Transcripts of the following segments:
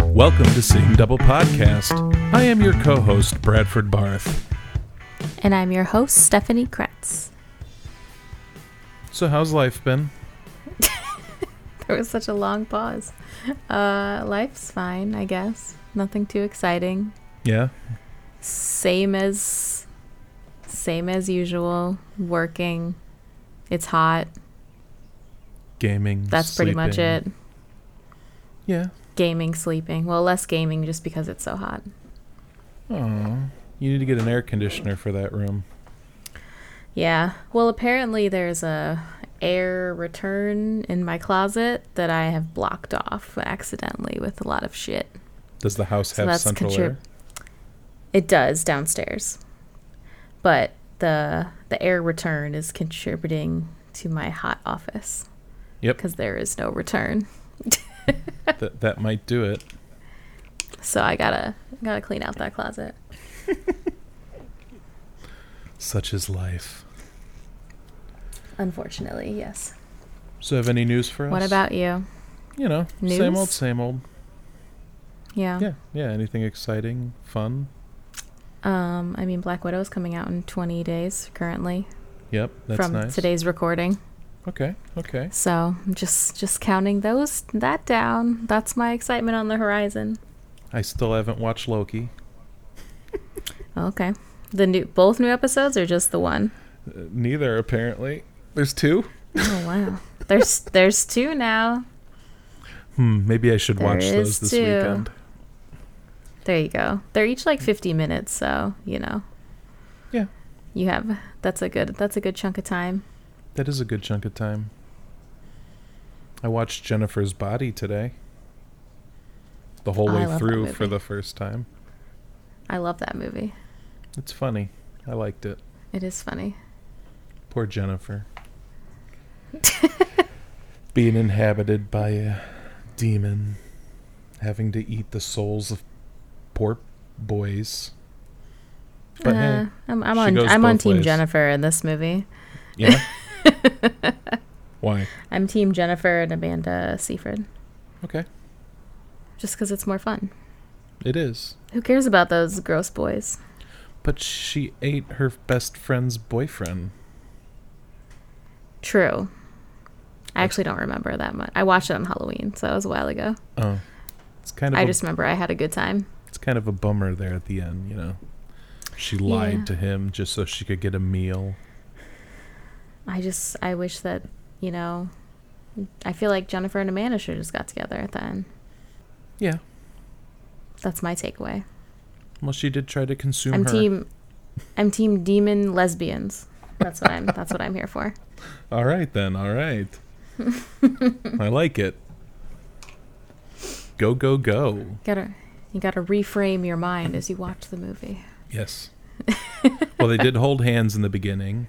Welcome to Seeing Double Podcast. I am your co host, Bradford Barth. And I'm your host, Stephanie Kretz. So, how's life been? There was such a long pause. Uh, life's fine, I guess. Nothing too exciting. Yeah. Same as same as usual. Working. It's hot. Gaming. That's pretty much it. sleeping. Yeah. Gaming, sleeping. Well, less gaming just because it's so hot. Oh, you need to get an air conditioner for that room. Yeah. Well, apparently there's a air return in my closet that I have blocked off accidentally with a lot of shit. Does the house So have that's central contrib- air? It does downstairs, but the the air return is contributing to my hot office. Yep. Because there is no return, That that might do it. so I gotta gotta clean out that closet. Such is life. Unfortunately, yes. So, have any news for us? What about you? you know same old, news? Oh. same old? Yeah. Yeah, yeah. Anything exciting, fun? Um, I mean, Black Widow is coming out in 20 days currently Yep, that's from nice. today's recording. Okay, okay. So I'm just just counting those that down. That's my excitement on the horizon. I still haven't watched Loki. Okay. The new both new episodes or just the one? Uh, neither apparently. There's two. Oh wow. There's there's two now. Hmm, maybe I should There watch those is this two. weekend. There you go. They're each like 50 minutes, so, you know. Yeah. You have that's a good that's a good chunk of time. That is a good chunk of time. I watched Jennifer's Body today. The whole Oh, I way love that through for movie. the first time. I love that movie. It's funny. I liked it. It is funny. Poor Jennifer. Being inhabited by a demon, having to eat the souls of poor boys. But uh, hey, I'm I'm she on goes I'm on both team ways. Jennifer in this movie. yeah. Why? I'm team Jennifer and Amanda Seyfried Okay, just cuz it's more fun. it is. Who cares about those gross boys? But she ate her best friend's boyfriend. True. I actually don't remember that much. I watched it on Halloween, so it was a while ago. Oh, it's kind of I a, just remember I had a good time. it's kind of a bummer there at the end, you know. She lied Yeah. to him just so she could get a meal. I just I wish that you know I feel like Jennifer and Amanda should have just got together at the end. Yeah. That's my takeaway. Well, she did try to consume I'm her. team I'm team demon lesbians. That's what I'm that's what I'm here for. All right then. All right. I like it. Go go go. Gotta you gotta reframe your mind as you watch the movie. Yes. well, they did hold hands in the beginning.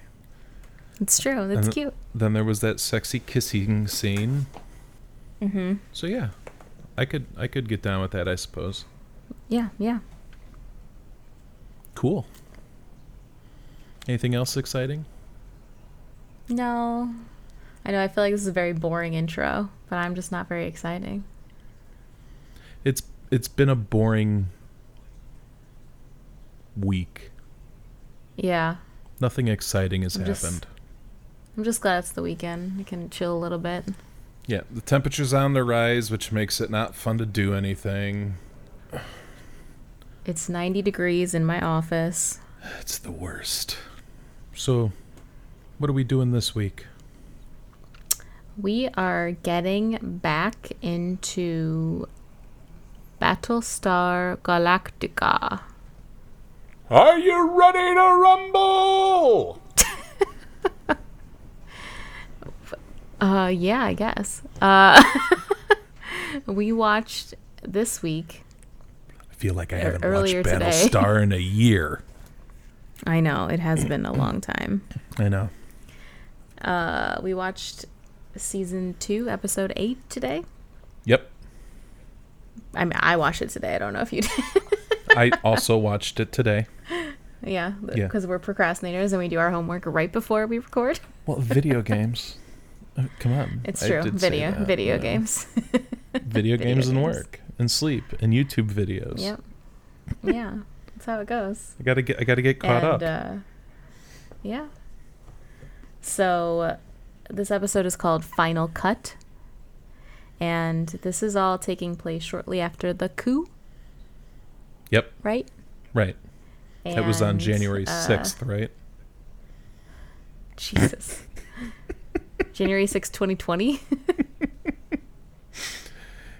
It's true. It's And- cute. Then there was that sexy kissing scene. Mm-hmm. So yeah, I could I could get down with that, I suppose. Yeah, yeah. Cool. Anything else exciting? No. I know I feel like this is a very boring intro, but I'm just not very exciting. It's it's been a boring week. Yeah. Nothing exciting has I'm just- happened. I'm just glad it's the weekend. I can chill a little bit. Yeah, the temperature's on the rise, which makes it not fun to do anything. It's 90 degrees in my office. It's the worst. So, what are we doing this week? We are getting back into Battlestar Galactica. Are you ready to rumble? Uh, yeah, I guess. Uh, we watched this week. I feel like I haven't earlier watched today. Battlestar in a year. I know, it has been a long time. I know. Uh, we watched season two, episode eight today. Yep. I mean, I watched it today. I don't know if you did. I also watched it today. yeah, Yeah. because we're procrastinators and we do our homework right before we record. Well, video games. Uh, Come on. It's I true. did say Video, that, video yeah. games. Video, Video games and games. work and sleep and YouTube videos. yep. Yeah, that's how it goes. I gotta get. I gotta get caught and up. Uh, yeah. So uh, this episode is called Final Cut. And this is all taking place shortly after the coup, Yep. right? Right. That was on And, January uh, sixth, right? Jesus. January sixth, 2020.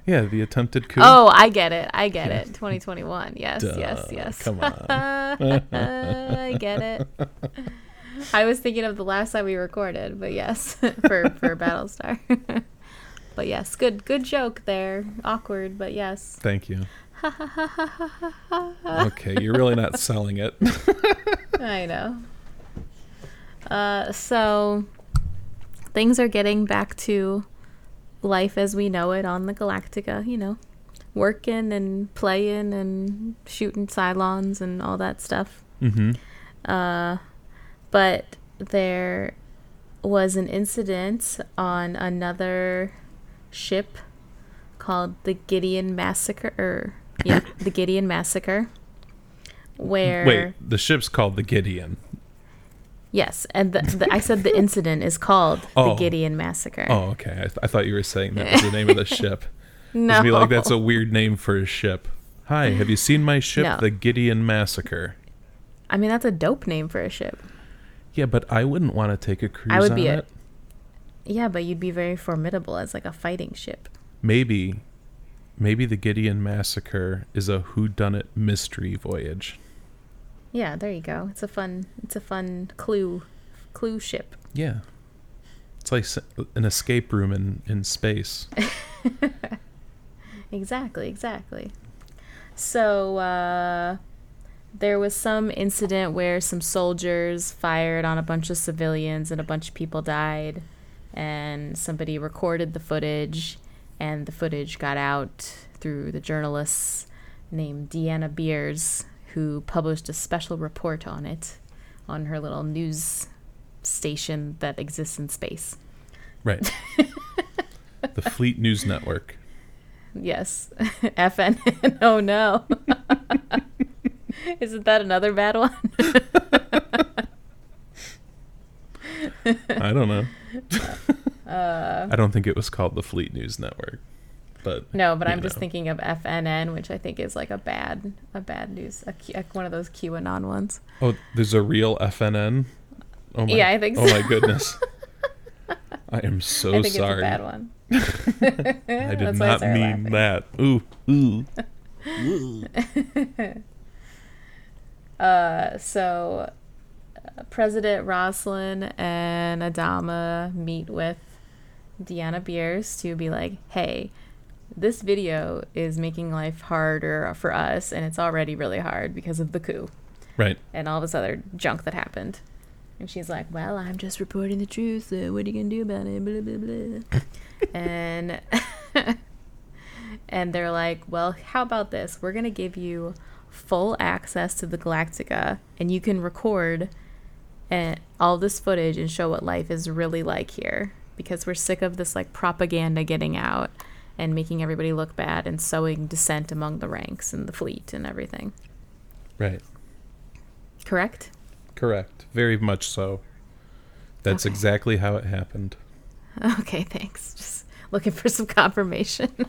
Yeah. The attempted coup. Oh, I get it. I get Yeah. it. 2021. Yes, Duh, yes, yes. come on. I get it. I was thinking of the last time we recorded, but yes, for for Battlestar. but yes, good good joke there. Awkward, but yes. Thank you. okay, you're really not selling it. I know. Uh, so things are getting back to life as we know it on the Galactica, you know, working and playing and shooting Cylons and all that stuff. mm-hmm. Uh, but there was an incident on another ship called the Gideon Massacre. Or, yeah, the Gideon Massacre. Where Wait, the ship's called the Gideon. yes, and the, the, I said the incident is called Oh. the Gideon Massacre. Oh, okay. I, th- I thought you were saying that was the name of the ship. no, Just be like, that's a weird name for a ship. Hi, have you seen my ship, No. the Gideon Massacre? I mean, that's a dope name for a ship. Yeah, but I wouldn't want to take a cruise would on be a- it. Yeah, but you'd be very formidable as like a fighting ship. Maybe, maybe the Gideon Massacre is a whodunit mystery voyage. Yeah, there you go. It's a fun. It's a fun clue, clue ship. Yeah, it's like s- an escape room in in space. Exactly, exactly. So uh, there was some incident where some soldiers fired on a bunch of civilians and a bunch of people died, and somebody recorded the footage, and the footage got out through the journalists named Deanna Beers, who published a special report on it on her little news station that exists in space. Right. the Fleet News Network. Yes. FN. oh no. Isn't that another bad one? I don't know. Uh. I don't think it was called the Fleet News Network, but No, but you I'm just know. thinking of FNN, which I think is like a bad, a bad news, a, Q- like one of those QAnon ones. Oh, there's a real FNN. Oh my, Yeah, I think Oh so. my goodness. I am so I think Oh, sorry. it's a bad one. I did That's why I not started mean laughing. that. Ooh, ooh. Uh, so, uh, President Roslin and Adama meet with Deanna Beers to be like, hey, this video is making life harder for us, and it's already really hard because of the coup. Right. and all this other junk that happened. And she's like, "Well, I'm just reporting the truth. Uh, what are you gonna do about it?" Blah blah blah. and and they're like, "Well, how about this? We're gonna give you full access to the Galactica, and you can record and all this footage and show what life is really like here because we're sick of this like propaganda getting out." And making everybody look bad and sowing dissent among the ranks and the fleet and everything. Right. Correct? Correct. Very much so. That's Okay. exactly how it happened. Okay, thanks. Just looking for some confirmation.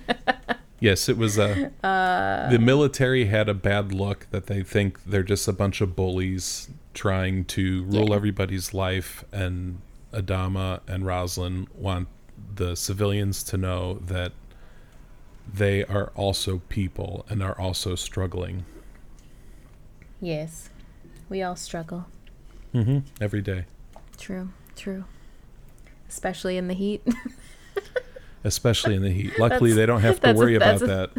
Yes, it was a. Uh. the military had a bad look that they think they're just a bunch of bullies trying to rule Yeah. everybody's life, and Adama and Roslyn want the civilians to know that they are also people and are also struggling yes. We all struggle. every day, True, true. Especially in the heat. especially in the heat. Luckily, That's- they don't have to that's a- worry about that's that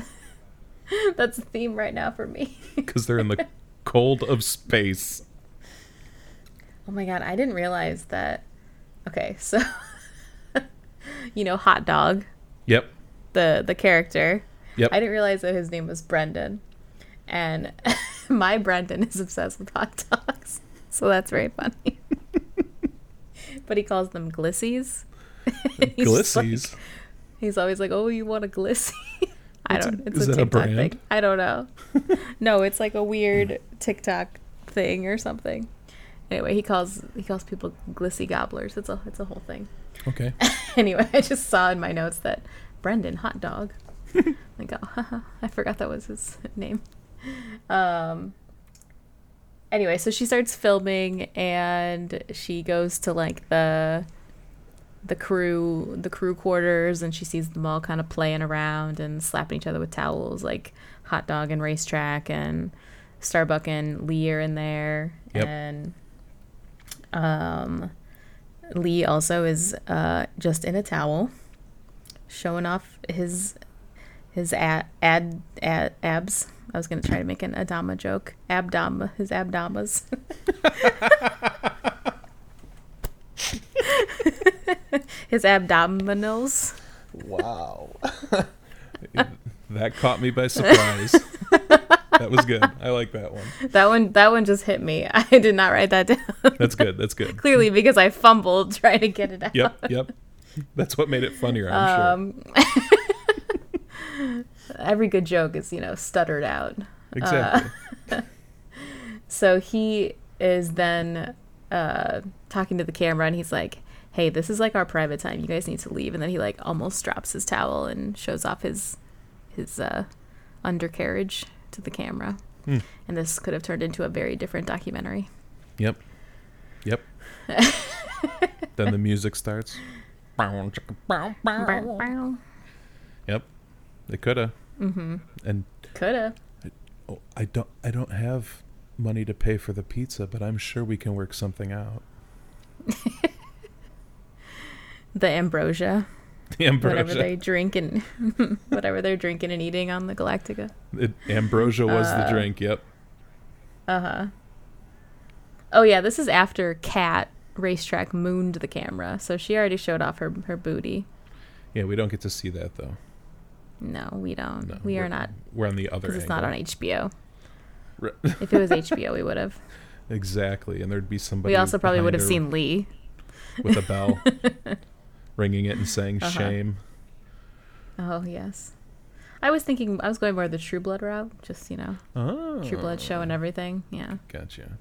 that That's a theme right now for me. because they're in the cold of space. Oh my god, I didn't realize that. Okay, so you know Hot Dog, Yep. the the character. Yep. I didn't realize that his name was Brendan. And my Brendan is obsessed with hot dogs. So that's very funny. but he calls them glissies. He's just like- Glissies. He's always like, "Oh, you want a glissy?" I What's a- don't. it's is a that a TikTok brand? thing. I don't know. no, it's like a weird TikTok thing or something. Anyway, he calls he calls people glissy gobblers. It's a it's a whole thing. okay. Anyway, I just saw in my notes that Brendan hot dog. like, oh, haha, I forgot that was his name. Um. Anyway, so she starts filming and she goes to like the the crew the crew quarters and she sees them all kind of playing around and slapping each other with towels like hot dog and racetrack and Starbuck and Lee are in there Yep. and um Lee also is uh just in a towel showing off his his ad, ad, ad abs I was gonna try to make an Adama joke abdom his abdomas his abdominals Wow. that caught me by surprise. that was good. I like that one. That one that one just hit me. I did not write that down. That's good. That's good. Clearly because I fumbled trying to get it out. Yep. Yep. That's what made it funnier, I'm sure. Um Every good joke is, you know, stuttered out. Exactly. So he is then uh talking to the camera and he's like, "Hey, this is like our private time. You guys need to leave." And then he like almost drops his towel and shows off his his uh undercarriage to the camera. Hmm. And this could have turned into a very different documentary. Yep. Yep. then the music starts. Yep. It coulda. Mm-hmm. And Could have. oh, I don't. I don't have money to pay for the pizza, but I'm sure we can work something out. The ambrosia. The whatever ambrosia. they drink and whatever they're drinking and eating on the Galactica. It, ambrosia was Uh. the drink. Yep. Oh yeah, this is after Cat Racetrack mooned the camera, so she already showed off her her booty. Yeah, we don't get to see that though. No, we don't. No, we we're- are not We're on the other angle. because it's not on HBO. Re- If it was HBO, we would have. Exactly, and there'd be somebody. We also probably behind would have her seen Lee. with a bell, ringing it and saying Uh-huh. "shame." Oh yes. I was thinking I was going more the True Blood route, just you know, Oh, True Blood show and everything. Yeah. Gotcha.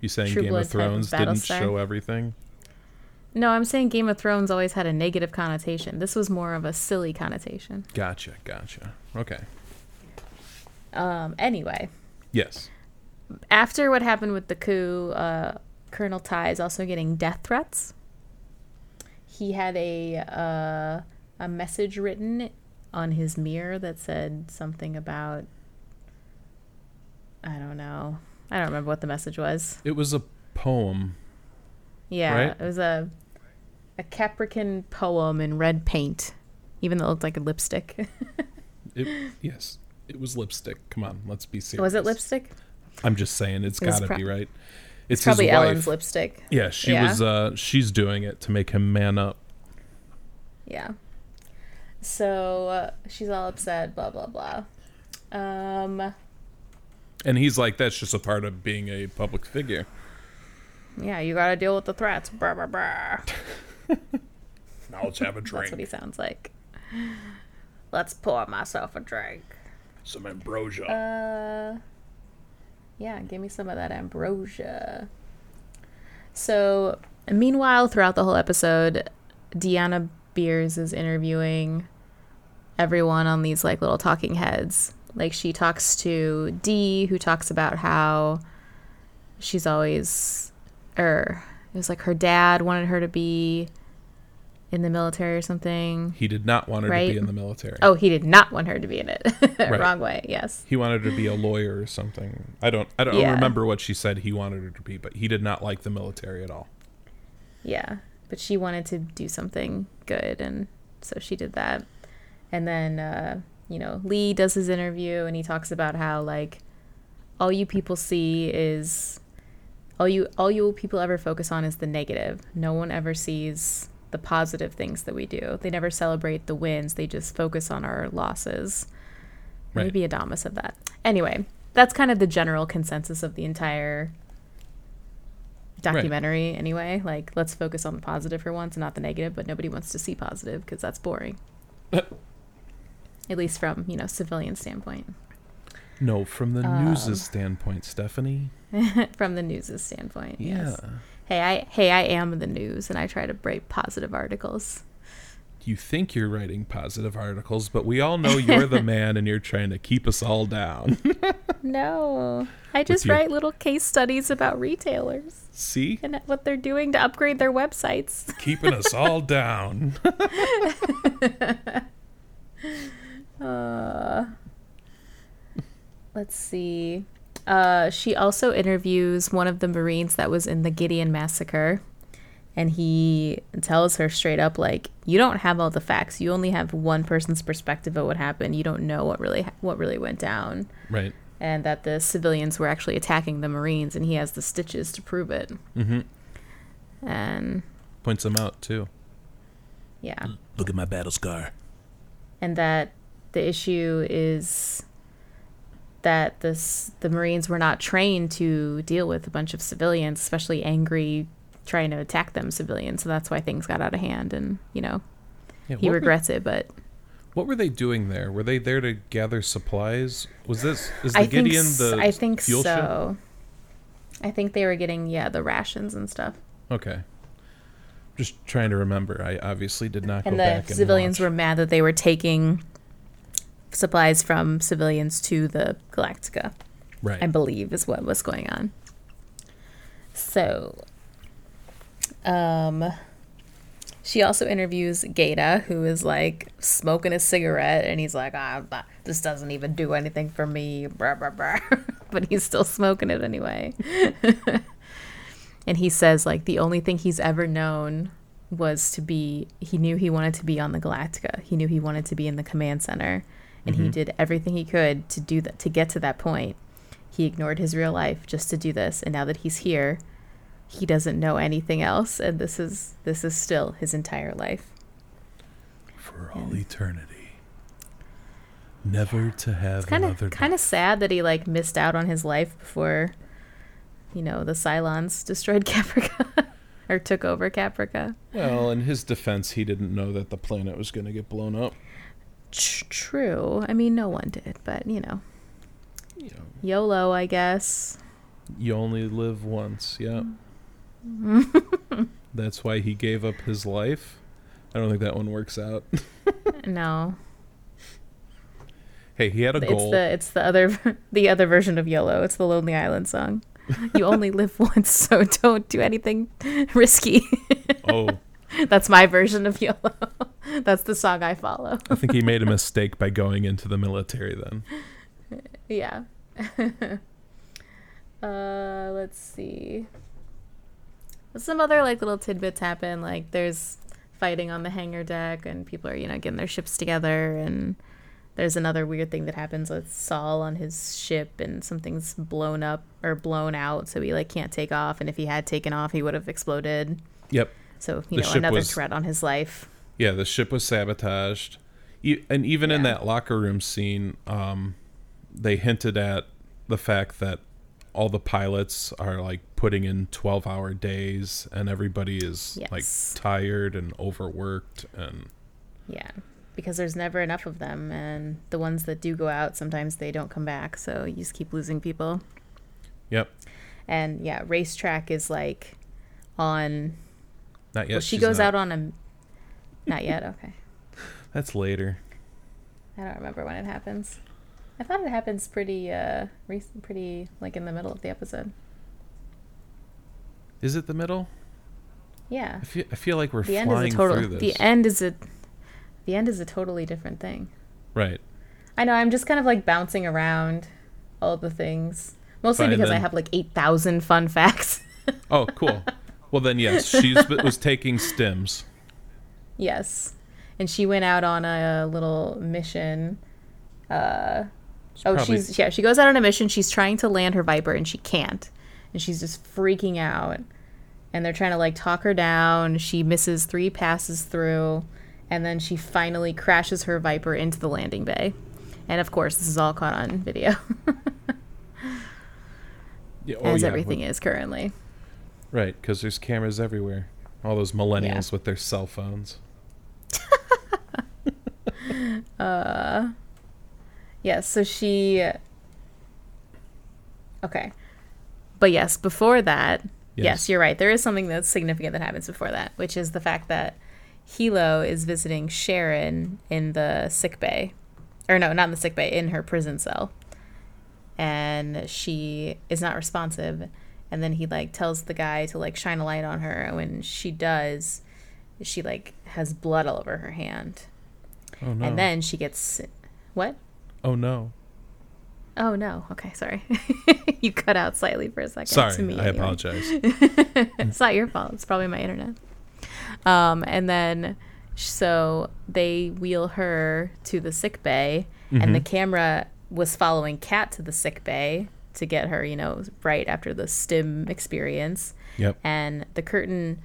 You saying True Game Blood of type of Thrones didn't Battlestar. show everything? No, I'm saying Game of Thrones always had a negative connotation. This was more of a silly connotation. Gotcha, gotcha. Okay. Um. Anyway. Yes. after what happened with the coup, uh, Colonel Ty is also getting death threats. He had a uh, a message written on his mirror that said something about I don't know. I don't remember what the message was. It was a poem. Yeah, Right. it was a a Caprican poem in red paint, even though it looked like a lipstick. It, yes, it was lipstick. Come on, let's be serious. was it lipstick? I'm just saying, it's It was got to pro- be right. It's, his Probably wife. Ellen's lipstick. Yeah, she Yeah. was. Uh, she's doing it to make him man up. Yeah. So uh, she's all upset, blah blah blah. Um, And he's like, that's just a part of being a public figure. yeah, you gotta deal with the threats. Brr, brr, brr. Now let's have a That's what he drink. sounds like. Let's pour myself a drink. Some ambrosia. Uh, yeah, give me some of that ambrosia. So, meanwhile, throughout the whole episode, Deanna Beers is interviewing everyone on these like little talking heads. Like she talks to Dee, who talks about how she's always, or it was like her dad wanted her to be in the military or something. he did not want her to Right. be in the military. Oh, he did not want her to be in it. Wrong way. Yes. He wanted her to be a lawyer or something. I don't. I don't Yeah. remember what she said he wanted her to be, but he did not like the military at all. Yeah, but she wanted to do something good, and so she did that. And then, uh, you know, Lee does his interview, and he talks about how like all you people see is all you all you people ever focus on is the negative. No one ever sees the positive things that we do. They never celebrate the wins. They just focus on our losses. Right. Maybe Adama said that. Anyway, that's kind of the general consensus of the entire documentary anyway. Like, let's focus on the positive for once and not the negative, but nobody wants to see positive because that's boring. At least from, you know, civilian standpoint, No, from the Um, news's standpoint, Stephanie. from the news' standpoint. Yes. Yeah. Hey, I hey, I am the news and I try to write positive articles. You think you're writing positive articles, but we all know you're the man and you're trying to keep us all down. No. I just your- write little case studies about retailers. See? and what they're doing to upgrade their websites. Keeping us all down. Uh, Let's see. Uh, she also interviews one of the Marines that was in the Gideon massacre, and he tells her straight up, like, "You don't have all the facts. You only have one person's perspective of what happened. You don't know what really what really went down, Right. and that the civilians were actually attacking the Marines, and he has the stitches to prove it." Mm-hmm. And Points them out, too. yeah. Look at my battle scar. and that the issue is that this the Marines were not trained to deal with a bunch of civilians, especially angry trying to attack them civilians. So that's why things got out of hand and, you know, Yeah, he what were- regrets it, but What were they doing there? Were they there to gather supplies? Was this is the I think Gideon s- the I think fuel ship? so. I think they were getting yeah, the rations and stuff. Okay. Just trying to remember. I obviously did not go and back the and civilians watch. were mad that they were taking supplies from civilians to the Galactica. right. I believe is what was going on. So, um, she also interviews Gata, who is like smoking a cigarette, and he's like, ah, bah, "This doesn't even do anything for me," blah blah blah. but he's still smoking it anyway. and he says like the only thing he's ever known was to be he knew he wanted to be on the galactica he knew he wanted to be in the command center and he did everything he could to do that to get to that point he ignored his real life just to do this and now that he's here he doesn't know anything else and this is this is still his entire life for all eternity. Never to have kind another of kind of sad that he like missed out on his life before you know the cylons destroyed caprica or took over caprica Well, in his defense, he didn't know that the planet was going to get blown up. Tr- true i mean no one did but you know You know, yolo i guess you only live once. Yeah. That's why he gave up his life. I don't think that one works out. no hey, he had a it's goal. the it's the other the other version of yolo it's the lonely island song you only live once so don't do anything risky oh, That's my version of YOLO. That's the song I follow. I think he made a mistake by going into the military then. Yeah. uh, let's see. Some other like little tidbits happen. Like there's fighting on the hangar deck, and people are you know getting their ships together. And there's another weird thing that happens with Saul on his ship, and something's blown up or blown out, so he like can't take off. And if he had taken off, he would have exploded. Yep. So The you know ship another was- threat on his life. Yeah, the ship was sabotaged, e- and even in Yeah. that locker room scene, um, they hinted at the fact that all the pilots are like putting in twelve-hour days, and everybody is like Yes. tired and overworked, and Yeah, because there's never enough of them, and the ones that do go out, sometimes they don't come back, so you just keep losing people. yep, And yeah, racetrack is like on. not yet. Well, she goes out on a. Not yet. Okay, That's later. I don't remember when it happens. I thought it happens pretty, uh, recent, pretty like in the middle of the episode. Is it the middle? Yeah, I feel, I feel like we're the end flying is a total. through this. The e- end is a. The end is a totally different thing. Right. I know. I'm just kind of like bouncing around all the things, mostly Fine, because I then. have like eight thousand fun facts. Oh, cool. well, then yes, she was taking stims. Yes. And she went out on a little mission. Uh, oh, probably- she's yeah. She goes out on a mission. She's trying to land her Viper, and she can't. And she's just freaking out. And they're trying to like talk her down. She misses three passes through, and then she finally crashes her Viper into the landing bay. And of course, this is all caught on video, Yeah, oh, as yeah, everything with- is currently. Right, because there's cameras everywhere. All those millennials with their cell phones. Yes, so she. Okay. But yes, before that, yes. Yes. you're right. There is something that's significant that happens before that, which is the fact that Hilo is visiting Sharon in the sick bay. Or no, not in the sick bay, in her prison cell. And she is not responsive. And then he like tells the guy to like shine a light on her, and when she does, she like has blood all over her hand. Oh no. And then she gets what? oh no. Oh no. Okay, sorry. you cut out slightly for a second. Sorry, to me, I anyway. apologize. it's not your fault. It's probably my internet. Um, and then so they wheel her to the sick bay, and Mm-hmm. the camera was following Kat to the sick bay to get her, you know, right after the stim experience yep. and the curtain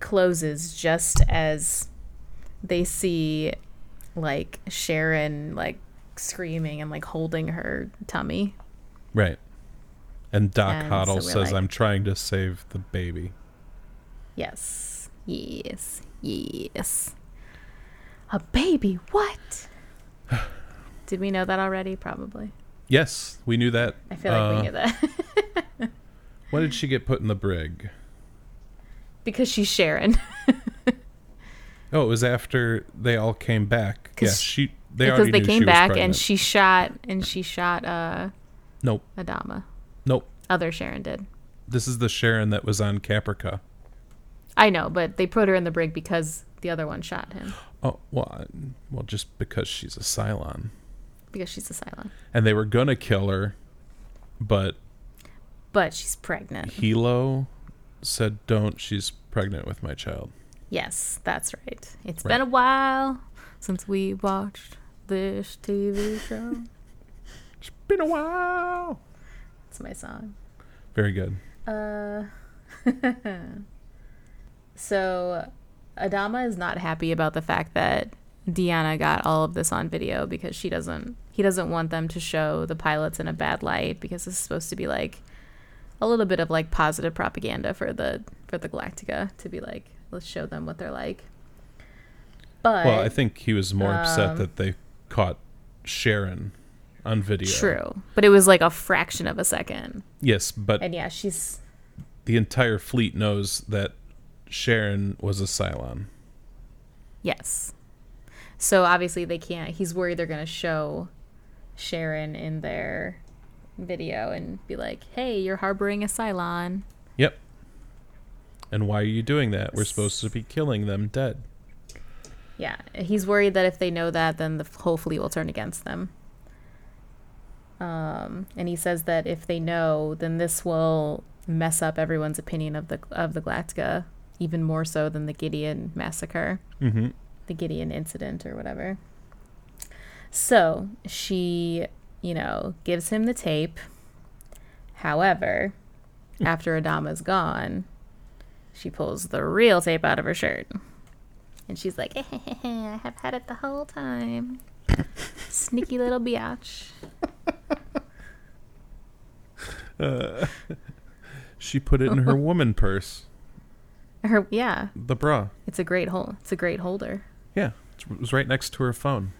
closes just as they see like Sharon like screaming and like holding her tummy. Right. And Doc And so we're Hoddle says, like- "I'm trying to save the baby." Yes. Yes. Yes. A baby, what? Did we know that already? Probably. Yes, we knew that. I feel like we Uh, knew that. When did she get put in the brig? because she's Sharon. Oh, it was after they all came back. 'Cause Yeah, she. They because already they knew came she back was and pregnant. she shot and she shot uh Nope. Adama. Nope. Other Sharon did. This is the Sharon that was on Caprica. I know, but they put her in the brig because the other one shot him Oh well, I- well, just because she's a Cylon, because she's a Cylon. and they were gonna kill her, but But she's pregnant. Hilo said, "Don't. She's pregnant with my child." Yes, that's right. It's Right. been a while since we watched this TV show. It's been a while. it's my song. Very good. Uh, so Adama is not happy about the fact that Deanna got all of this on video because she doesn't he doesn't want them to show the pilots in a bad light because this is supposed to be like a little bit of like positive propaganda for the for the Galactica to be like let's show them what they're like. But Well, I think he was more upset that they caught Sharon on video. true. But it was like a fraction of a second. Yes, but And yeah, she's the entire fleet knows that Sharon was a Cylon. Yes. So obviously they can't. He's worried they're going to show Sharon in their video and be like, "Hey, you're harboring a Cylon." Yep. And why are you doing that? We're supposed to be killing them dead. Yeah, he's worried that if they know that, then the f- whole fleet will turn against them. Um, and he says that if they know, then this will mess up everyone's opinion of the of the Galactica even more so than the Gideon massacre. Mm-hmm. the Gideon incident or whatever. So she, you know, gives him the tape. However, after Adama's gone, she pulls the real tape out of her shirt. And she's like, "Eh, I have had it the whole time. Sneaky little biatch. She put it in her woman purse, Her, yeah, the bra. it's a great hol It's a great holder. Yeah, it was right next to her phone.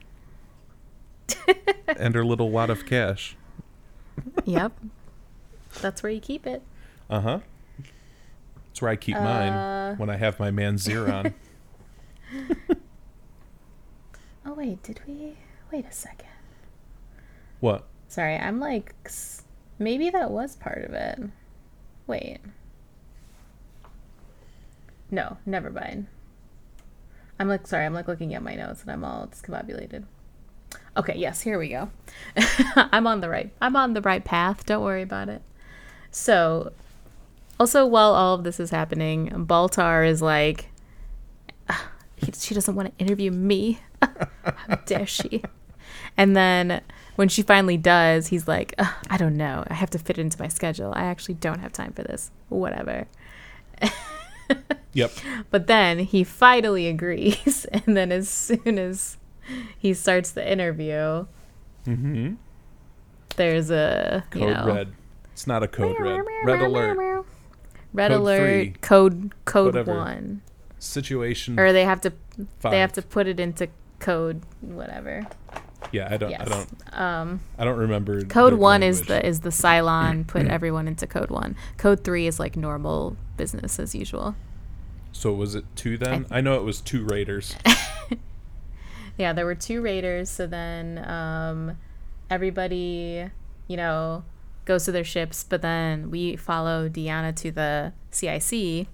and her little wad of cash. Yep, that's where you keep it. Uh huh. That's where I keep mine when I have my Manzeron. Oh wait, did we? Wait a second. what? Sorry, I'm like, s- maybe that was part of it. Wait. No, never mind. I'm like, sorry, I'm like looking at my notes and I'm all discombobulated. Okay, yes, here we go. I'm on the right. I'm on the right path. Don't worry about it. So, also while all of this is happening, Baltar is like, "Ah, he- she doesn't want to interview me. How dare she? And then when she finally does, he's like, "Ugh, I don't know. I have to fit it into my schedule. I actually don't have time for this. Whatever. Yep. But then he finally agrees. And then as soon as he starts the interview, Mm-hmm. There's a you Code know, red. It's not a code red. Red alert. Red Code alert. three. Code code Whatever. one. Situation Or they have to five. they have to put it into code whatever. yeah, I don't. I yes. don't. Um, I don't remember. code the one is language. the is the Cylon put everyone into code one. Code three is like normal business as usual. So was it two then? I, know it was two raiders. Yeah, there were two raiders. So then um, everybody, you know, goes to their ships. But then we follow Deanna to the CIC,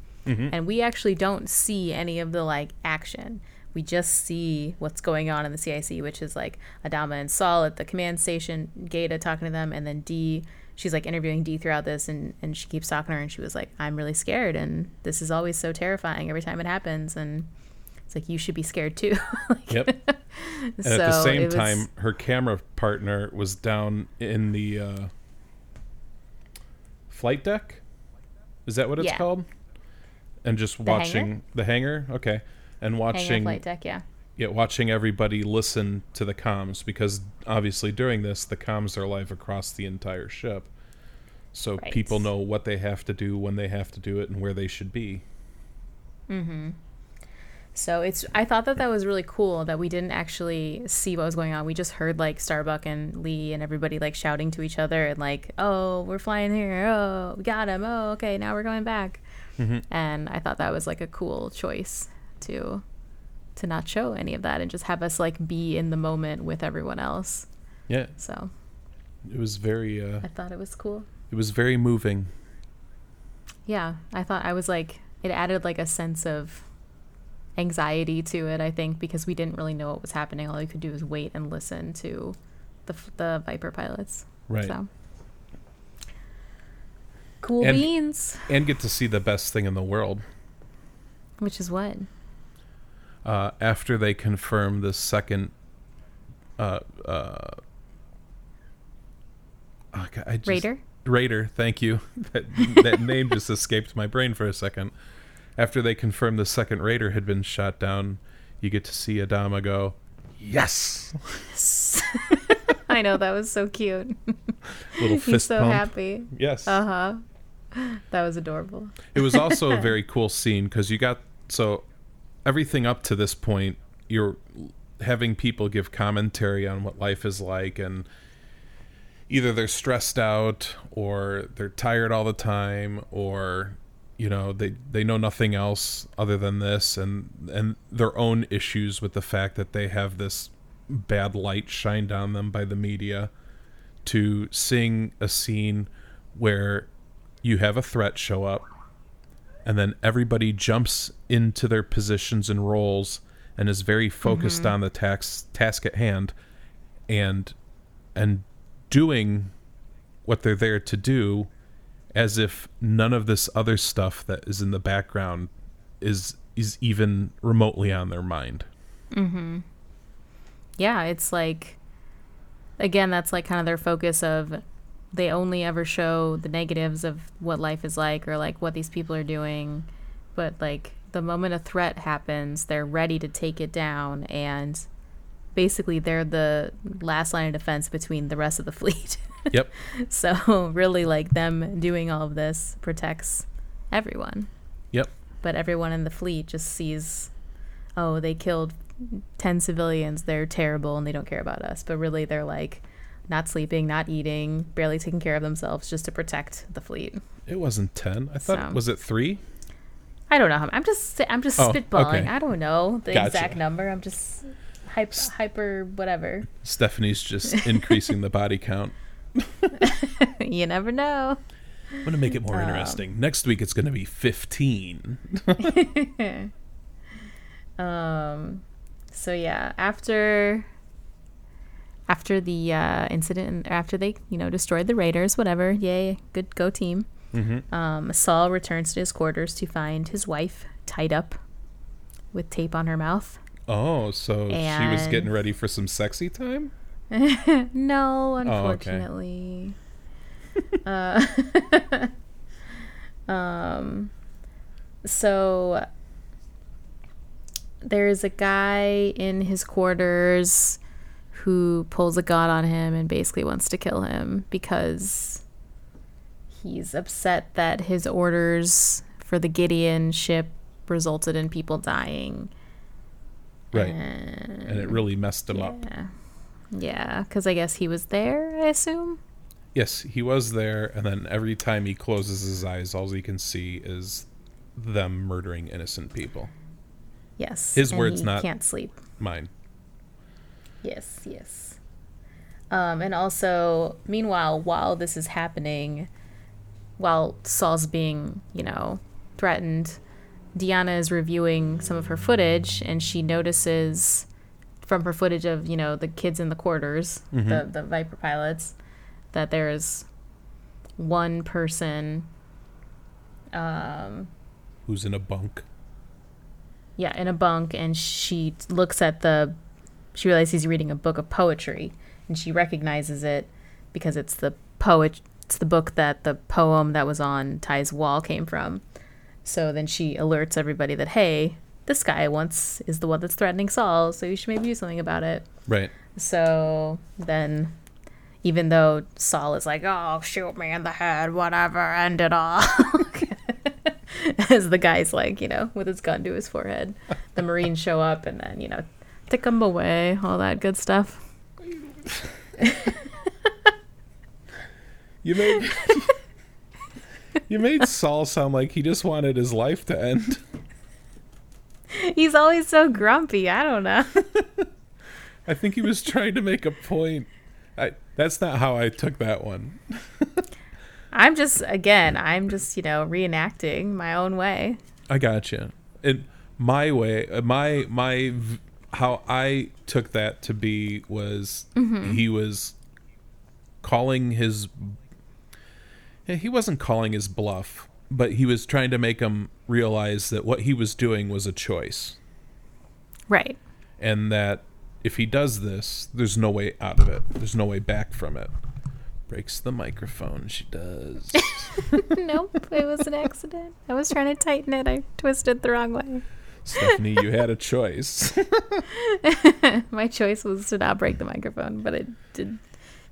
and we actually don't see any of the like action. We just see what's going on in the CIC, which is like Adama and Saul at the command station, Gata talking to them, and then D. She's like interviewing D throughout this, and, and she keeps talking to her, and she was like, "I'm really scared, and this is always so terrifying every time it happens." And it's like you should be scared too. Like, Yep. And at the so same it was- time, her camera partner was down in the uh, flight deck. Is that what it's Yeah. called? And just hangar? watching the hangar. Okay. And Hangar watching flight deck, yeah. yeah, watching everybody listen to the comms because obviously during this the comms are live across the entire ship. So Right. people know what they have to do, when they have to do it, and where they should be. So it's I thought that that was really cool that we didn't actually see what was going on. We just heard like Starbuck and Lee and everybody like shouting to each other and like, "Oh, we're flying here. Oh, we got him. Oh, okay, now we're going back." And I thought that was like a cool choice to to not show any of that and just have us like be in the moment with everyone else. Yeah, So, it was very uh, I thought it was cool. it was very moving. Yeah, I thought I was like it added like a sense of anxiety to it. I think because we didn't really know what was happening. All you could do was wait and listen to the f- the Viper pilots. Right. So cool And- beans, And get to see the best thing in the world. which is what Uh, after they confirm the second uh uh oh, God, I just- Raider. Raider, thank you. That, that name just escaped my brain for a second. After they confirmed the second Raider had been shot down, you get to see Adama go, Yes! I know that was so cute. Little He's fist so pump. happy. Yes. Uh huh. That was adorable. It was also a very cool scene because you got so everything up to this point, you're having people give commentary on what life is like, and either they're stressed out or they're tired all the time, or you know they they know nothing else other than this and and their own issues with the fact that they have this bad light shined on them by the media to seeing a scene where you have a threat show up and then everybody jumps into their positions and roles and is very focused on the tax, task at hand and and doing what they're there to do as if none of this other stuff that is in the background is is even remotely on their mind. yeah, it's like again, that's like kind of their focus of they only ever show the negatives of what life is like or like what these people are doing, but like the moment a threat happens, they're ready to take it down and basically they're the last line of defense between the rest of the fleet. Yep. so really like them doing all of this protects everyone Yep. but everyone in the fleet just sees oh they killed 10 civilians they're terrible and they don't care about us but really they're like not sleeping not eating barely taking care of themselves just to protect the fleet It wasn't 10. I thought So. was it 3? i don't know how i'm just i'm just Oh, spitballing okay. i don't know the Gotcha. exact number i'm just hype, hyper whatever Stephanie's just increasing the body count. you never know I'm going to make it more interesting. Next week it's going to be 15. so yeah after after the uh, incident and after they you know destroyed the raiders whatever yay good go team um, saul returns to his quarters to find his wife tied up with tape on her mouth Oh, so she was And- getting ready for some sexy time? Oh, no okay. unfortunately uh, um, so there is a guy in his quarters who pulls a gun on him and basically wants to kill him because he's upset that his orders for the Gideon ship resulted in people dying. Right. And and it really messed him up. yeah. Yeah, because I guess he was there, I assume. Yes, he was there, and then every time he closes his eyes, all he can see is them murdering innocent people. Yes. His and words, he not- can't sleep. Mine. Yes, yes. Um, and also, meanwhile, while this is happening, while Saul's being, you know, threatened, Deanna is reviewing some of her footage and she notices from her footage of, you know, the kids in the quarters, Mm-hmm. the, the Viper pilots, that there is one person, Who's in a bunk? yeah, in a bunk and she looks at the she realizes he's reading a book of poetry and she recognizes it because it's the poet it's the book that the poem that was on Ty's wall came from. So then she alerts everybody that hey, this guy once is the one that's threatening Saul, so you should maybe do something about it. Right. So then even though Saul is like, "Oh, shoot me in the head, whatever, end it all." As the guy's like, you know, with his gun to his forehead. The Marines show up and then, you know, take him away, all that good stuff. You made You made Saul sound like he just wanted his life to end. He's always so grumpy. I don't know. I think he was trying to make a point. I, that's not how I took that one. I'm just, again, I'm just, you know, reenacting my own way. I gotcha. And my way, uh, my my v- how I took that to be was he was calling his. eh, He wasn't calling his bluff, but he was trying to make him realize that what he was doing was a choice, Right. and that if he does this, there's no way out of it. There's no way back from it. Breaks the microphone. She does. nope, it was an accident. I was trying to tighten it. I twisted the wrong way. Stephanie, you had a choice. My choice was to not break the microphone, but it did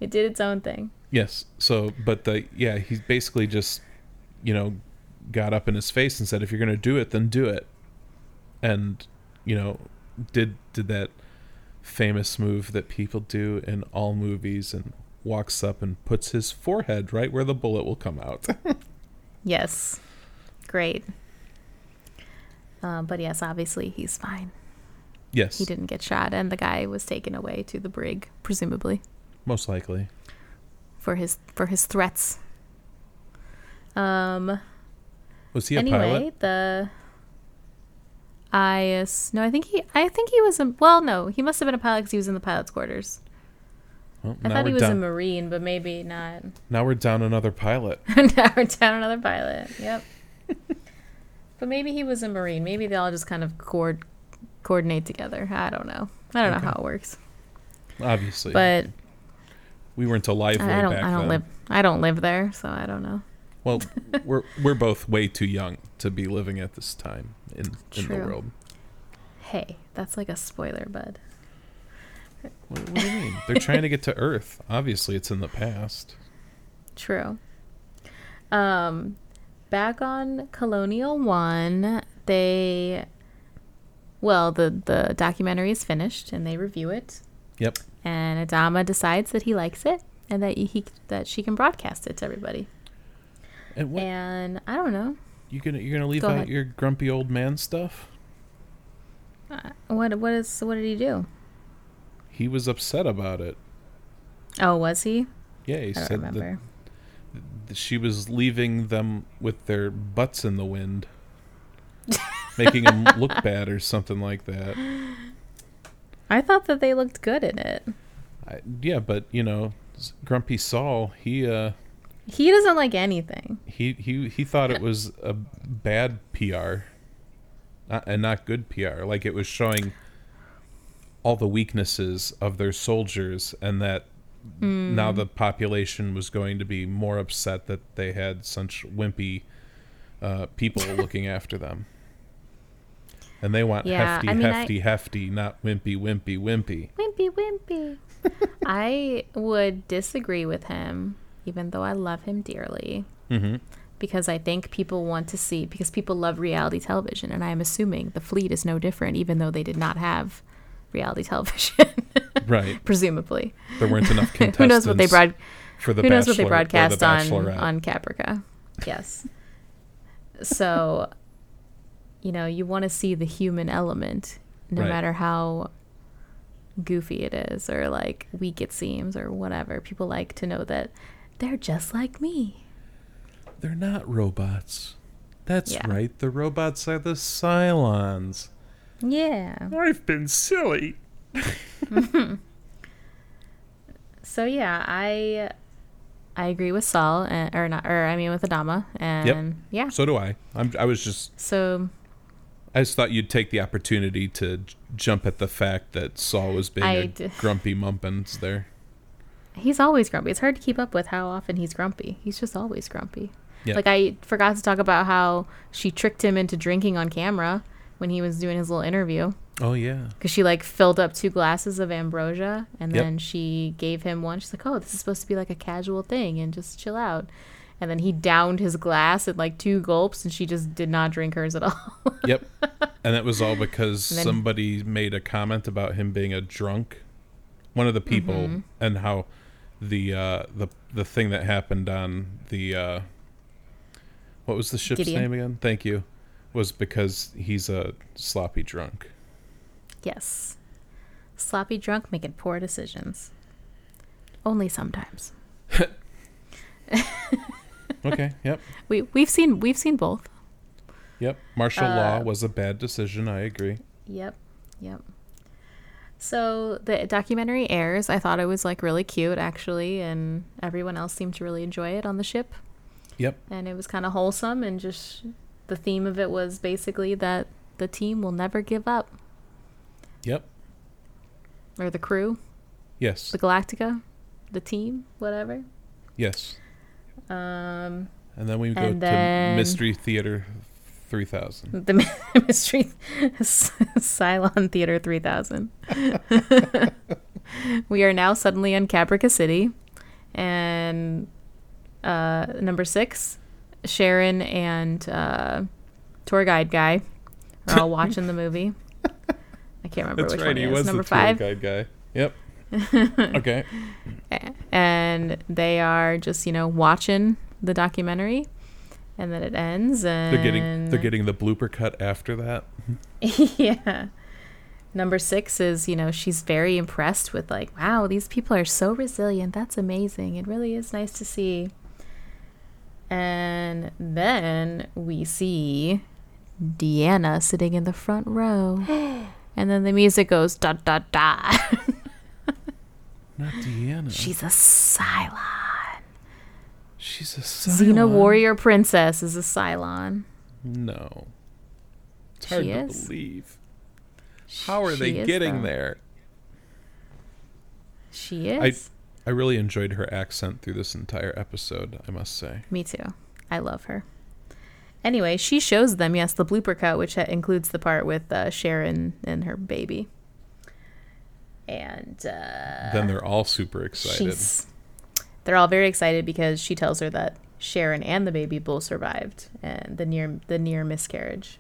it did its own thing. Yes. So, but the yeah, he basically just, you know, got up in his face and said, "If you're going to do it, then do it," and you know, did did that famous move that people do in all movies and walks up and puts his forehead right where the bullet will come out. Yes. Great. Uh, but yes, obviously he's fine. yes, He didn't get shot, and the guy was taken away to the brig, presumably most likely. for his for his threats. Um. Was he a anyway, pilot? the I uh, s- no, I think he I think he was a well, no, he must have been a pilot because he was in the pilot's quarters. Well, I now thought we're he was a down. marine, but maybe not. now we're down another pilot. now we're down another pilot. Yep. but maybe he was a marine. Maybe they all just kind of cord- coordinate together. I don't know. I don't know how it works. Obviously, But we weren't alive. way I, I don't. back I don't then. live. I don't live there, so I don't know. Well, we're we're both way too young to be living at this time in in the True. world. Hey, that's like a spoiler, bud. What, what do you mean? They're trying to get to Earth. Obviously, it's in the past. True. Um, back on Colonial One, they. Well, the the documentary is finished, and they review it. Yep. and Adama decides that he likes it and that he that she can broadcast it to everybody. And what And I don't know you gonna you're gonna leave Go out ahead. your grumpy old man stuff? Uh, what what is what did he do? He was upset about it. Oh, was he? Yeah, he I don't said remember. That, that she was leaving them with their butts in the wind, making them look bad or something like that. I thought that they looked good in it. I, yeah, but you know, s- grumpy Saul, he uh He doesn't like anything. he he he thought it was a bad PR, not, and not good PR. Like it was showing all the weaknesses of their soldiers, and that Hmm. now the population was going to be more upset that they had such wimpy uh, people looking after them. And they want Yeah, hefty, I mean, I- hefty, hefty, not wimpy, wimpy, wimpy. Wimpy, wimpy. I would disagree with him, even though I love him dearly, Mm-hmm. because I think people want to see, because people love reality television. And I am assuming the fleet is no different, even though they did not have reality television, Right. presumably. There weren't enough contestants. Who knows what they broad- for the who knows what they Bachelor or broadcast the on Bachelorette. on Caprica. Yes. so, you know, you want to see the human element, no Right. matter how goofy it is or like weak it seems or whatever. People like to know that they're just like me. They're not robots. That's Yeah. right. The robots are the Cylons. Yeah. I've been silly. So yeah, I I agree with Saul and, or not or I mean with Adama and yeah. So do I. I'm, I was just. So I just thought you'd take the opportunity to j- jump at the fact that Saul was being I a d- grumpy mumpins there. He's always grumpy. It's hard to keep up with how often he's grumpy. He's just always grumpy. Yeah. Like I forgot to talk about how she tricked him into drinking on camera when he was doing his little interview Oh yeah. because she like filled up two glasses of ambrosia and Yep. then she gave him one. She's like, "Oh, this is supposed to be like a casual thing and just chill out." And then he downed his glass at like two gulps, and she just did not drink hers at all. Yep. and that was all because And then- somebody made a comment about him being a drunk. One of the people Mm-hmm. and how the uh the the thing that happened on the uh what was the ship's Gideon. name again? Thank you. Was because he's a sloppy drunk. yes, sloppy drunk making poor decisions. Only sometimes. Okay, yep. We we've seen we've seen both. Yep. Martial Uh, law was a bad decision, I agree. Yep. Yep. So the documentary airs. I thought it was like really cute actually and everyone else seemed to really enjoy it on the ship Yep. and it was kind of wholesome and just the theme of it was basically that the team will never give up Yep. or the crew, Yes. the Galactica, the team, whatever. Yes. Um And then we go And to then- Mystery Theater 3000. the mystery Cylon Theater 3000. we are now suddenly in Caprica City, and uh, number six, Sharon and uh, tour guide guy are all watching the movie. I can't remember That's which right. one He it is. was Number the five, tour guide guy. Yep. okay. and they are just you know watching the documentary, and then it ends. And They're getting they're getting the blooper cut after that. yeah. Number six is, you know, she's very impressed with, like, wow, these people are so resilient. That's amazing. It really is nice to see. And then we see Deanna sitting in the front row. And then the music goes da da da. Not Deanna. She's a Cylon. She's a Xena Cylon. Warrior Princess is a Cylon. No. It's hard She to is. believe. How are She they is, getting though. there? She I is. I really enjoyed her accent through this entire episode, I must say. Me too. I love her. Anyway, she shows them, yes, the blooper cut, which ha- includes the part with uh, Sharon and her baby. And uh, then they're all super excited. she's. They're all very excited because she tells her that Sharon and the baby both survived and the near the near miscarriage.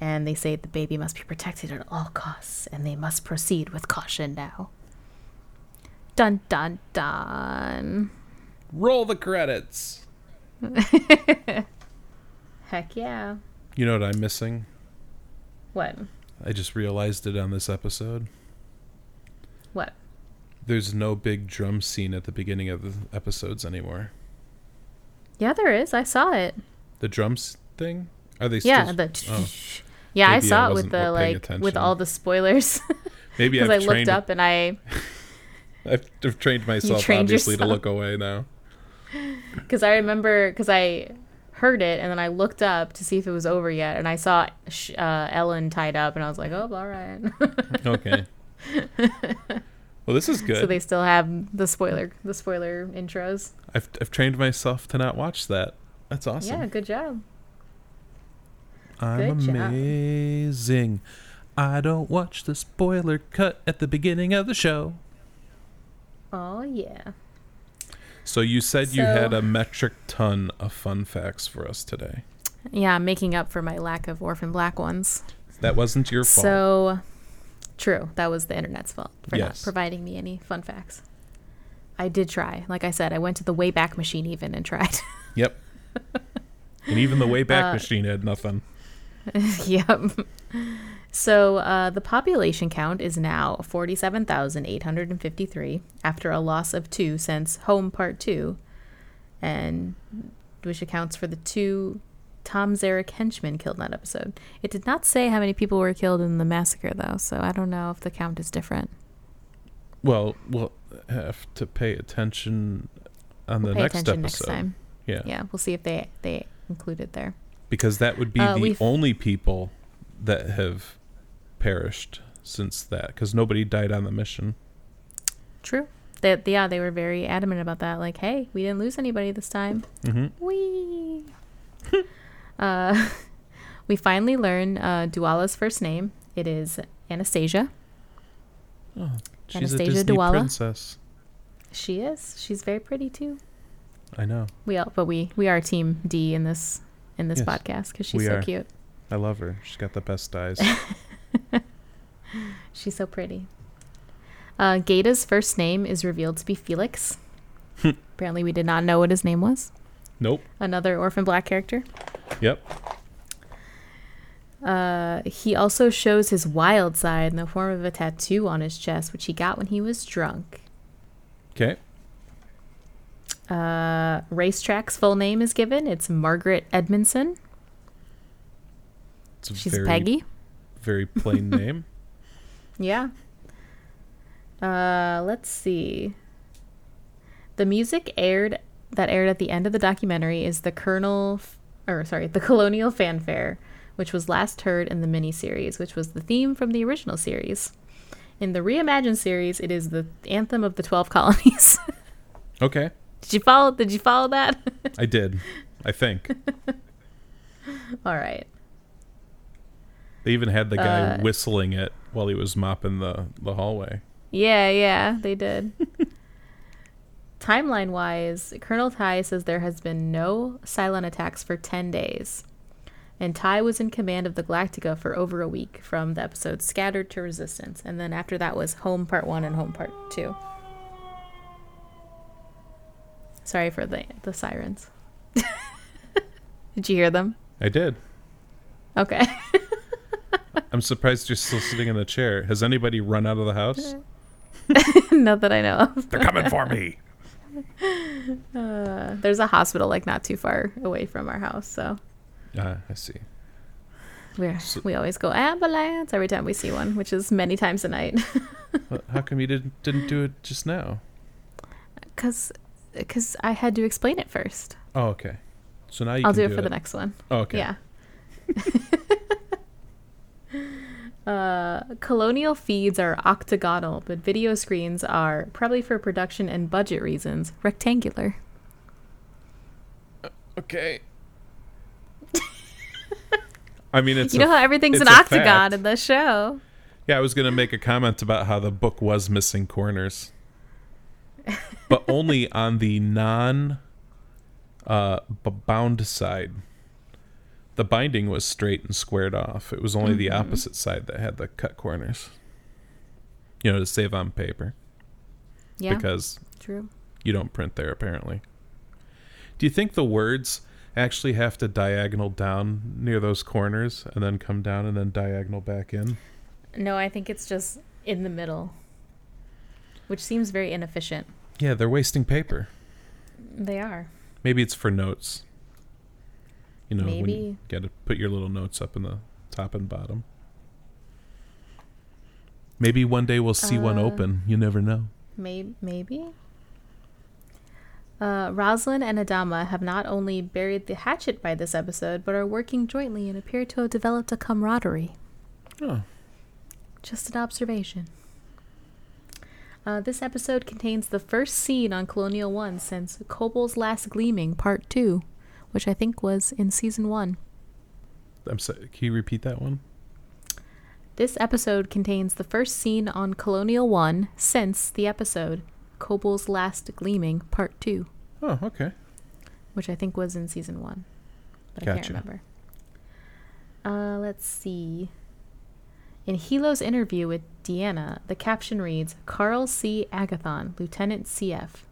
And they say the baby must be protected at all costs, and they must proceed with caution now. Dun dun dun. Roll the credits. Heck yeah. You know what I'm missing? What? I just realized it on this episode. What? There's no big drum scene at the beginning of the episodes anymore. Yeah, there is. I saw it. The drums thing? Are they still Yeah, the oh. yeah, I Maybe I saw it wasn't with the paying like with attention. all the spoilers Maybe because I've I trained looked up and I I've, I've trained myself trained obviously to yourself. look away now. because I remember because I heard it and then I looked up to see if it was over yet and I saw sh- uh, Ellen tied up and I was like, oh, all right. Okay. well, this is good. so they still have the spoiler the spoiler intros. I've I've trained myself to not watch that. That's awesome. Yeah, good job. I'm good job. amazing. I don't watch the spoiler cut at the beginning of the show. Oh yeah. So you said you had So- a metric ton of fun facts for us today. Yeah, I'm making up for my lack of orphan black ones. That wasn't your fault. So true. That was the internet's fault for Yes. not providing me any fun facts. I did try. Like I said, I went to the Wayback Machine even and tried. Yep. and even the Wayback Uh, Machine had nothing. yep. So uh, the population count is now 47,853 after a loss of two since Home Part 2, and which accounts for the two Tom Zarek henchmen killed in that episode. It did not say how many people were killed in the massacre, though, so I don't know if the count is different. Well, we'll have to pay attention on We'll the pay next episode. attention next time. Yeah. Yeah, we'll see if they, they included there. Because that would be Uh, the we've- only people that have perished since that because nobody died on the mission. True. That yeah, they were very adamant about that. Like, hey, we didn't lose anybody this time. Mhm. Wee. uh, we finally learn uh, Duala's first name. It is Anastasia. Oh, she's a Anastasia Disney Duwala? princess. She is. She's very pretty too. I know. We all, but we we are Team D in this in this Yes, podcast because she's we so are. cute. I love her. She's got the best eyes. She's so pretty. Uh, Gata's first name is revealed to be Felix. Apparently, we did not know what his name was. nope. Another orphan black character. Yep. Uh, he also shows his wild side in the form of a tattoo on his chest, which he got when he was drunk. Okay. Uh, Racetrack's full name is given. It's Margaret Edmondson. It's a She's very, Peggy. Very plain name. Yeah. Uh, let's see. The music aired that aired at the end of the documentary is the Colonel, f- or sorry, the Colonial Fanfare, which was last heard in the miniseries, which was the theme from the original series. In the reimagined series, it is the anthem of the Twelve Colonies. Okay. did you follow? Did you follow that? I did. I think. All right. They even had the guy Uh, whistling it while he was mopping the, the hallway. Yeah, yeah, they did. Timeline wise, Colonel Ty says there has been no Cylon attacks for 10 days. And Ty was in command of the Galactica for over a week from the episode Scattered to Resistance. And then after that was Home Part 1 and Home Part 2. Sorry for the, the sirens. did you hear them? I did. Okay. I'm surprised you're still sitting in the chair. Has anybody run out of the Uh, house? Not that I know of. They're coming for me. Uh, there's a hospital like not too far away from our house, so Ah, I see. We're, So- we always go ambulance every time we see one, which is many times a night. Well, How come you didn't didn't do it just now? Because I had to explain it first. Oh, okay. So now you I'll can do it for the next one. Oh, okay. Yeah. uh, colonial feeds are octagonal, but video screens are, probably for production and budget reasons, rectangular. Okay. I mean, it's you know a- how everything's an it's a octagon fact. in the show? yeah. I was gonna make a comment about how the book was missing corners, but only on the non uh, b- bound side. The binding was straight and squared off. It was only the opposite side that had the cut corners. You know, to save on paper Yeah, because true. you don't print there apparently. Do you think the words actually have to diagonal down near those corners and then come down and then diagonal back in? No, I think it's just in the middle, which seems very inefficient. Yeah, they're wasting paper. They are. Maybe it's for notes. You know, when Maybe. you got to put your little notes up in the top and bottom. Maybe one day we'll see one Uh, open. You never know. Maybe. maybe? Uh, Rosalind and Adama have not only buried the hatchet by this episode, but are working jointly and appear to have developed a camaraderie. Oh, Just an observation. Uh, this episode contains the first scene on Colonial 1 since Kobol's Last Gleaming, Part 2, which I think was in Season 1. I'm sorry. Can you repeat that one? This episode contains the first scene on Colonial 1 since the episode Kobol's Last Gleaming Part 2, Oh, okay. which I think was in season 1. But I can't Gotcha. remember. Uh, let's see. In Hilo's interview with Deanna, the caption reads Carl C. Agathon, Lieutenant CF.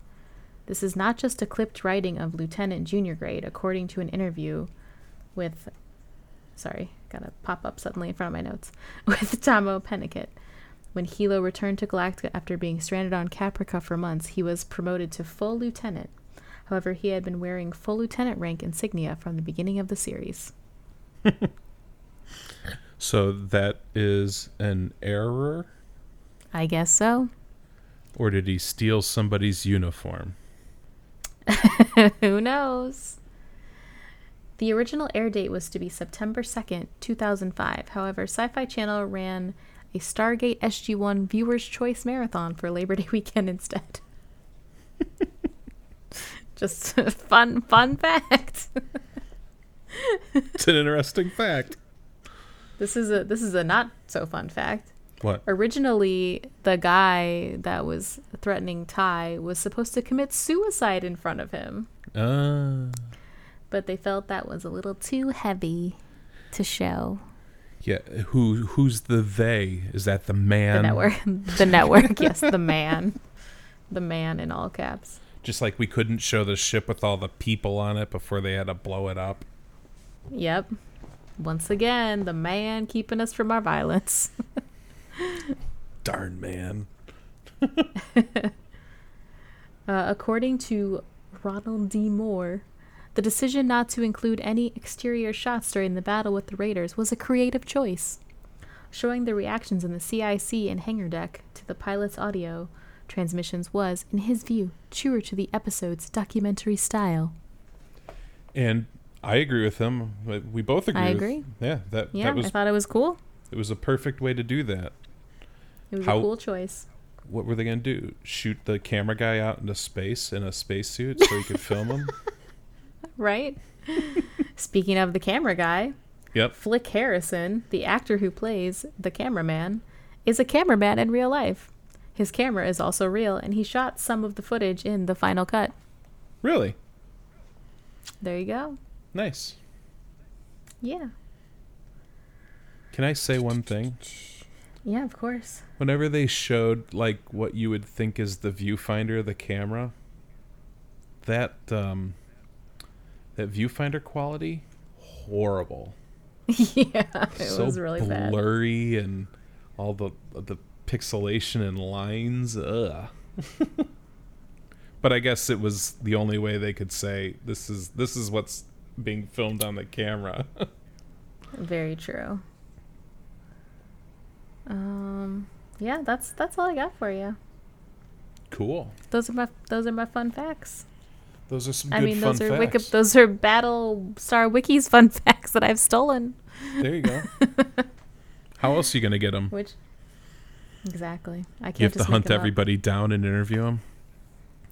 This is not just a clipped writing of Lieutenant Junior Grade, according to an interview with. Sorry, got a pop up suddenly in front of my notes. With Tomo Pennicott. When Hilo returned to Galactica after being stranded on Caprica for months, he was promoted to full lieutenant. However, he had been wearing full lieutenant rank insignia from the beginning of the series. So that is an error, I guess so. or did he steal somebody's uniform? Who knows? The original air date was to be September 2nd, 2005. However, Sci Fi Channel ran a Stargate SG 1 Viewer's Choice Marathon for Labor Day weekend instead. Just a fun, fun fact. It's an interesting fact. This is a this is a not so fun fact. What? Originally, the guy that was threatening Ty was supposed to commit suicide in front of him. Uh, but they felt that was a little too heavy to show yeah. Who? Who's the they? Is that the the man? network. The network, yes, the man, the man in all caps. Just like we couldn't show the ship with all the people on it before they had to blow it up. Yep. Once again, the man keeping us from our violence. Darn man. Uh, according to Ronald D. Moore, the decision not to include any exterior shots during the battle with the Raiders was a creative choice. Showing the reactions in the CIC and hangar deck to the pilot's audio transmissions was, in his view, truer to the episode's documentary style. And I agree with him. but We both agree. I with- agree. yeah. That Yeah, that was I thought it was cool. it was a perfect way to do that. It was How- a cool choice. What were they gonna do? Shoot the camera guy out into space in a spacesuit so he could film him? Right? Speaking of the camera guy, Yep. Flick Harrison, the actor who plays the cameraman, is a cameraman in real life. His camera is also real, and he shot some of the footage in the final cut. Really There you go. nice. Yeah. Can I say one thing? Yeah, of course. Whenever they showed like what you would think is the viewfinder, the camera, that um, that viewfinder quality, horrible. yeah, it so was really bad. blurry and all the the pixelation and lines. Ugh. but I guess it was the only way they could say this is this is what's being filmed on the camera. Very true. Um, yeah, that's that's all I got for you. cool. Those are my those are my fun facts. Those are some I good mean, fun those are facts. Wiki, those are Battle Star Wiki's fun facts that I've stolen. there you go. How else are you gonna get them? Which exactly, I can't You have to just make hunt them up. everybody down and interview them.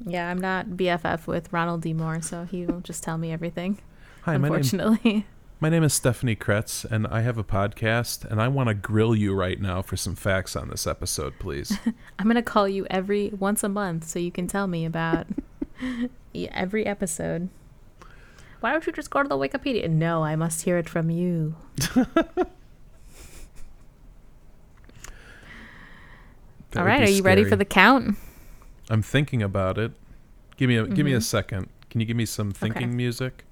Yeah, I'm not BFF with Ronald D. Moore, so he won't just tell me everything. Hi, my name unfortunately, my name is Stephanie Kretz, and I have a podcast, and I want to grill you right now for some facts on this episode, please. I'm gonna call you every once a month so you can tell me about e- every episode. Why don't you just go to the Wikipedia? No, I must hear it from you. That All would right, be are you ready for scary. the count? I'm thinking about it. Give me a give me a Mhm. second. Can you give me some thinking music?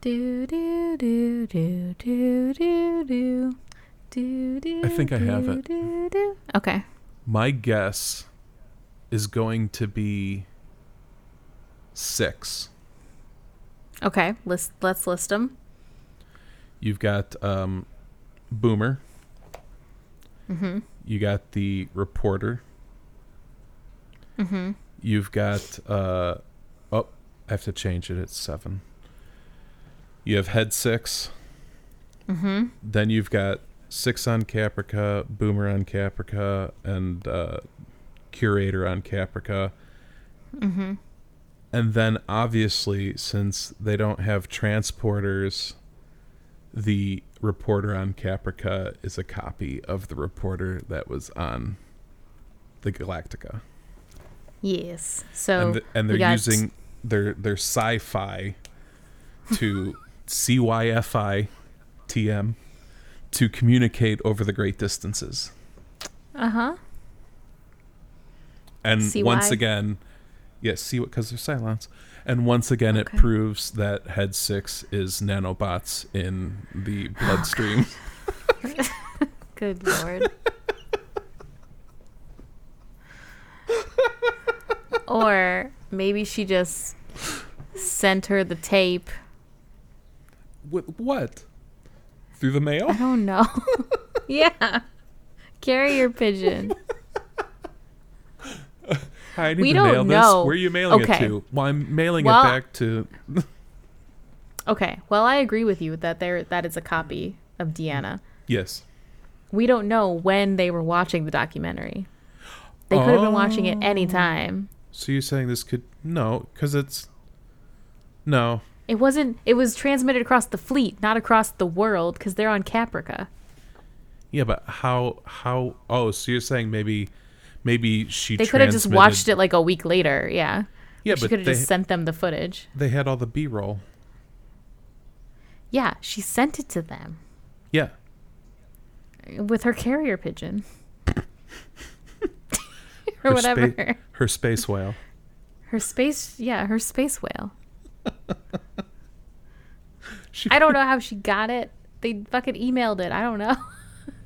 Do do do do do do do do do. I think I have do, it. do, do. Okay. My guess is going to be six. Okay. List. Let's list them. You've got um, Boomer. Mm-hmm. You got the reporter. Mm-hmm. You've got uh, oh, I have to change it. It's seven. You have head six. Mm-hmm. Then you've got six on Caprica, Boomer on Caprica, and uh, Curator on Caprica. Mm-hmm. And then obviously, since they don't have transporters, the reporter on Caprica is a copy of the reporter that was on the Galactica. Yes. So and, th- and Oh, we they're got- using their their sci-fi to CYFI TM to communicate over the great distances. uh-huh. And once CY? again, yes, see what because they're Cylons. And once again, Okay. it proves that Head Six is nanobots in the Oh, bloodstream. Good lord. or maybe she just sent her the tape. With what? Through the mail? I don't know. yeah. Carrier pigeon. I need We to don't mail know. this. Where are you mailing Okay. it to? Well, I'm mailing Well- it back to. Okay. Well, I agree with you that there that is a copy of Deanna. Yes. We don't know when they were watching the documentary. They could have been watching it any time. So you're saying this could no, because it's no. It wasn't it was transmitted across the fleet, not across the world cuz they're on Caprica. Yeah, but how how? Oh, so you're saying maybe maybe she They could have just transmitted- watched it like a week later. Yeah. Yeah, she but could have they just sent them the footage. they had all the B-roll. Yeah, she sent it to them uh, Yeah, with her carrier pigeon. or spa- whatever. her space whale. her space, yeah, her space whale. She, I don't know how she got it. They fucking emailed it. I don't know.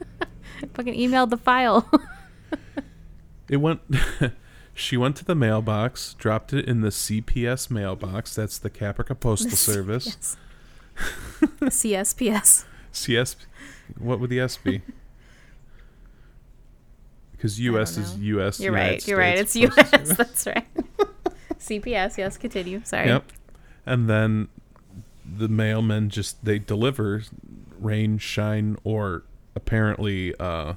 fucking emailed the file. It went. she went to the mailbox, dropped it in the CPS mailbox. That's the Caprica Postal Service. Yes. CSPS. CS. What would the S be? Because US is know. US. You're United right. You're right. It's States US. Postal Service. That's right. CPS. Yes. Continue. Sorry. Yep. And then the mailmen just they deliver rain, shine, or apparently uh,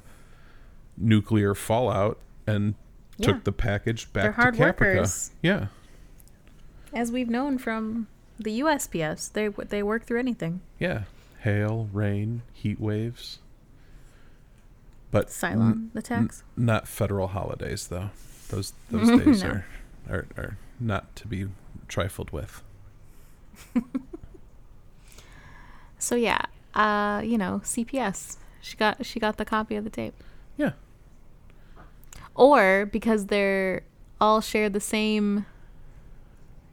nuclear fallout, and Yeah. took the package back They're hard to Caprica. workers. Yeah. As we've known from the USPS, they they work through anything. Yeah. Hail, rain, heat waves. But Cylon attacks. not federal holidays though. Those those days No. are, are are not to be trifled with. So yeah, uh, you know, CPS. She got she got the copy of the tape. Yeah. Or because they're all share the same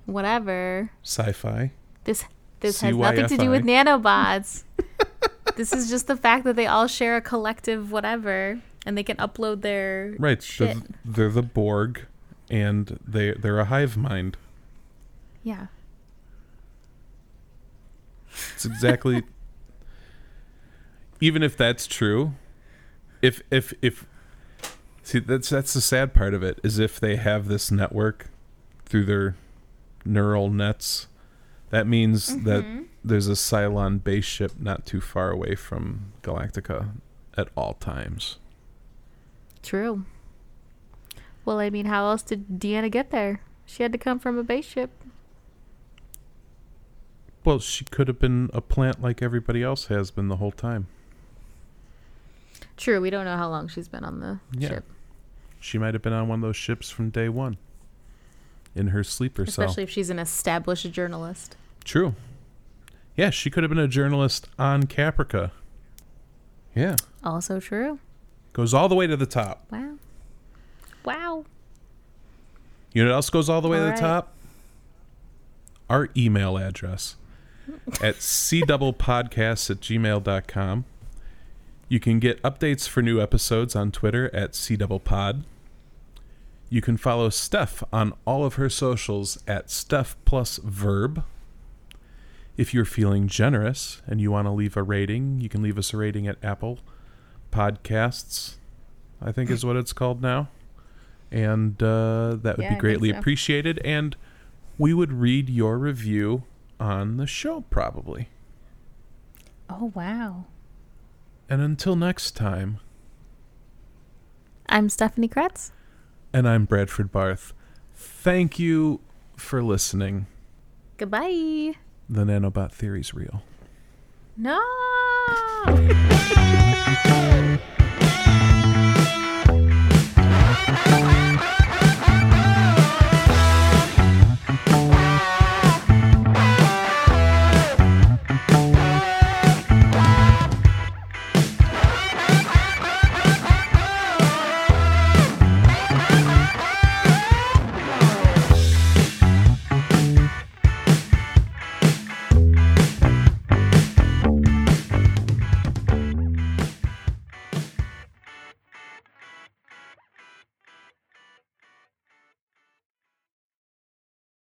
whatever. Sci-fi. This this has nothing to do with CYFI. nanobots. this is just the fact that they all share a collective whatever and they can upload their Right. They're, shit. th- they're the Borg, and they they're a hive mind. yeah. It's exactly. even if that's true, if if if, see that's that's the sad part of it is if they have this network through their neural nets, that means that there's a Cylon base ship not too far away from Galactica at all times. True. Well, I mean, how else did Deanna get there? She had to come from a base ship. Well, she could have been a plant like everybody else has been the whole time. True, we don't know how long she's been on the Yeah. ship. She might have been on one of those ships from day one in her sleeper Especially cell. if she's an established journalist. True. Yeah, she could have been a journalist on Caprica. Yeah. Also true. Goes all the way to the top. Wow. Wow. You know what else goes all the way to the Alright. top? Our email address at cdoublepodcasts at gmail.com. You can get updates for new episodes on Twitter at cdoublepod. You can follow Steph on all of her socials at Steph plus Verb. If you're feeling generous and you want to leave a rating, you can leave us a rating at Apple Podcasts, I think is what it's called now. And uh, that would Yeah, I be think greatly so. appreciated. And we would read your review on the show, probably. Oh, wow. And until next time, I'm Stephanie Kretz. and I'm Bradford Barth, thank you for listening. Goodbye. The Nanobot Theory's real. No.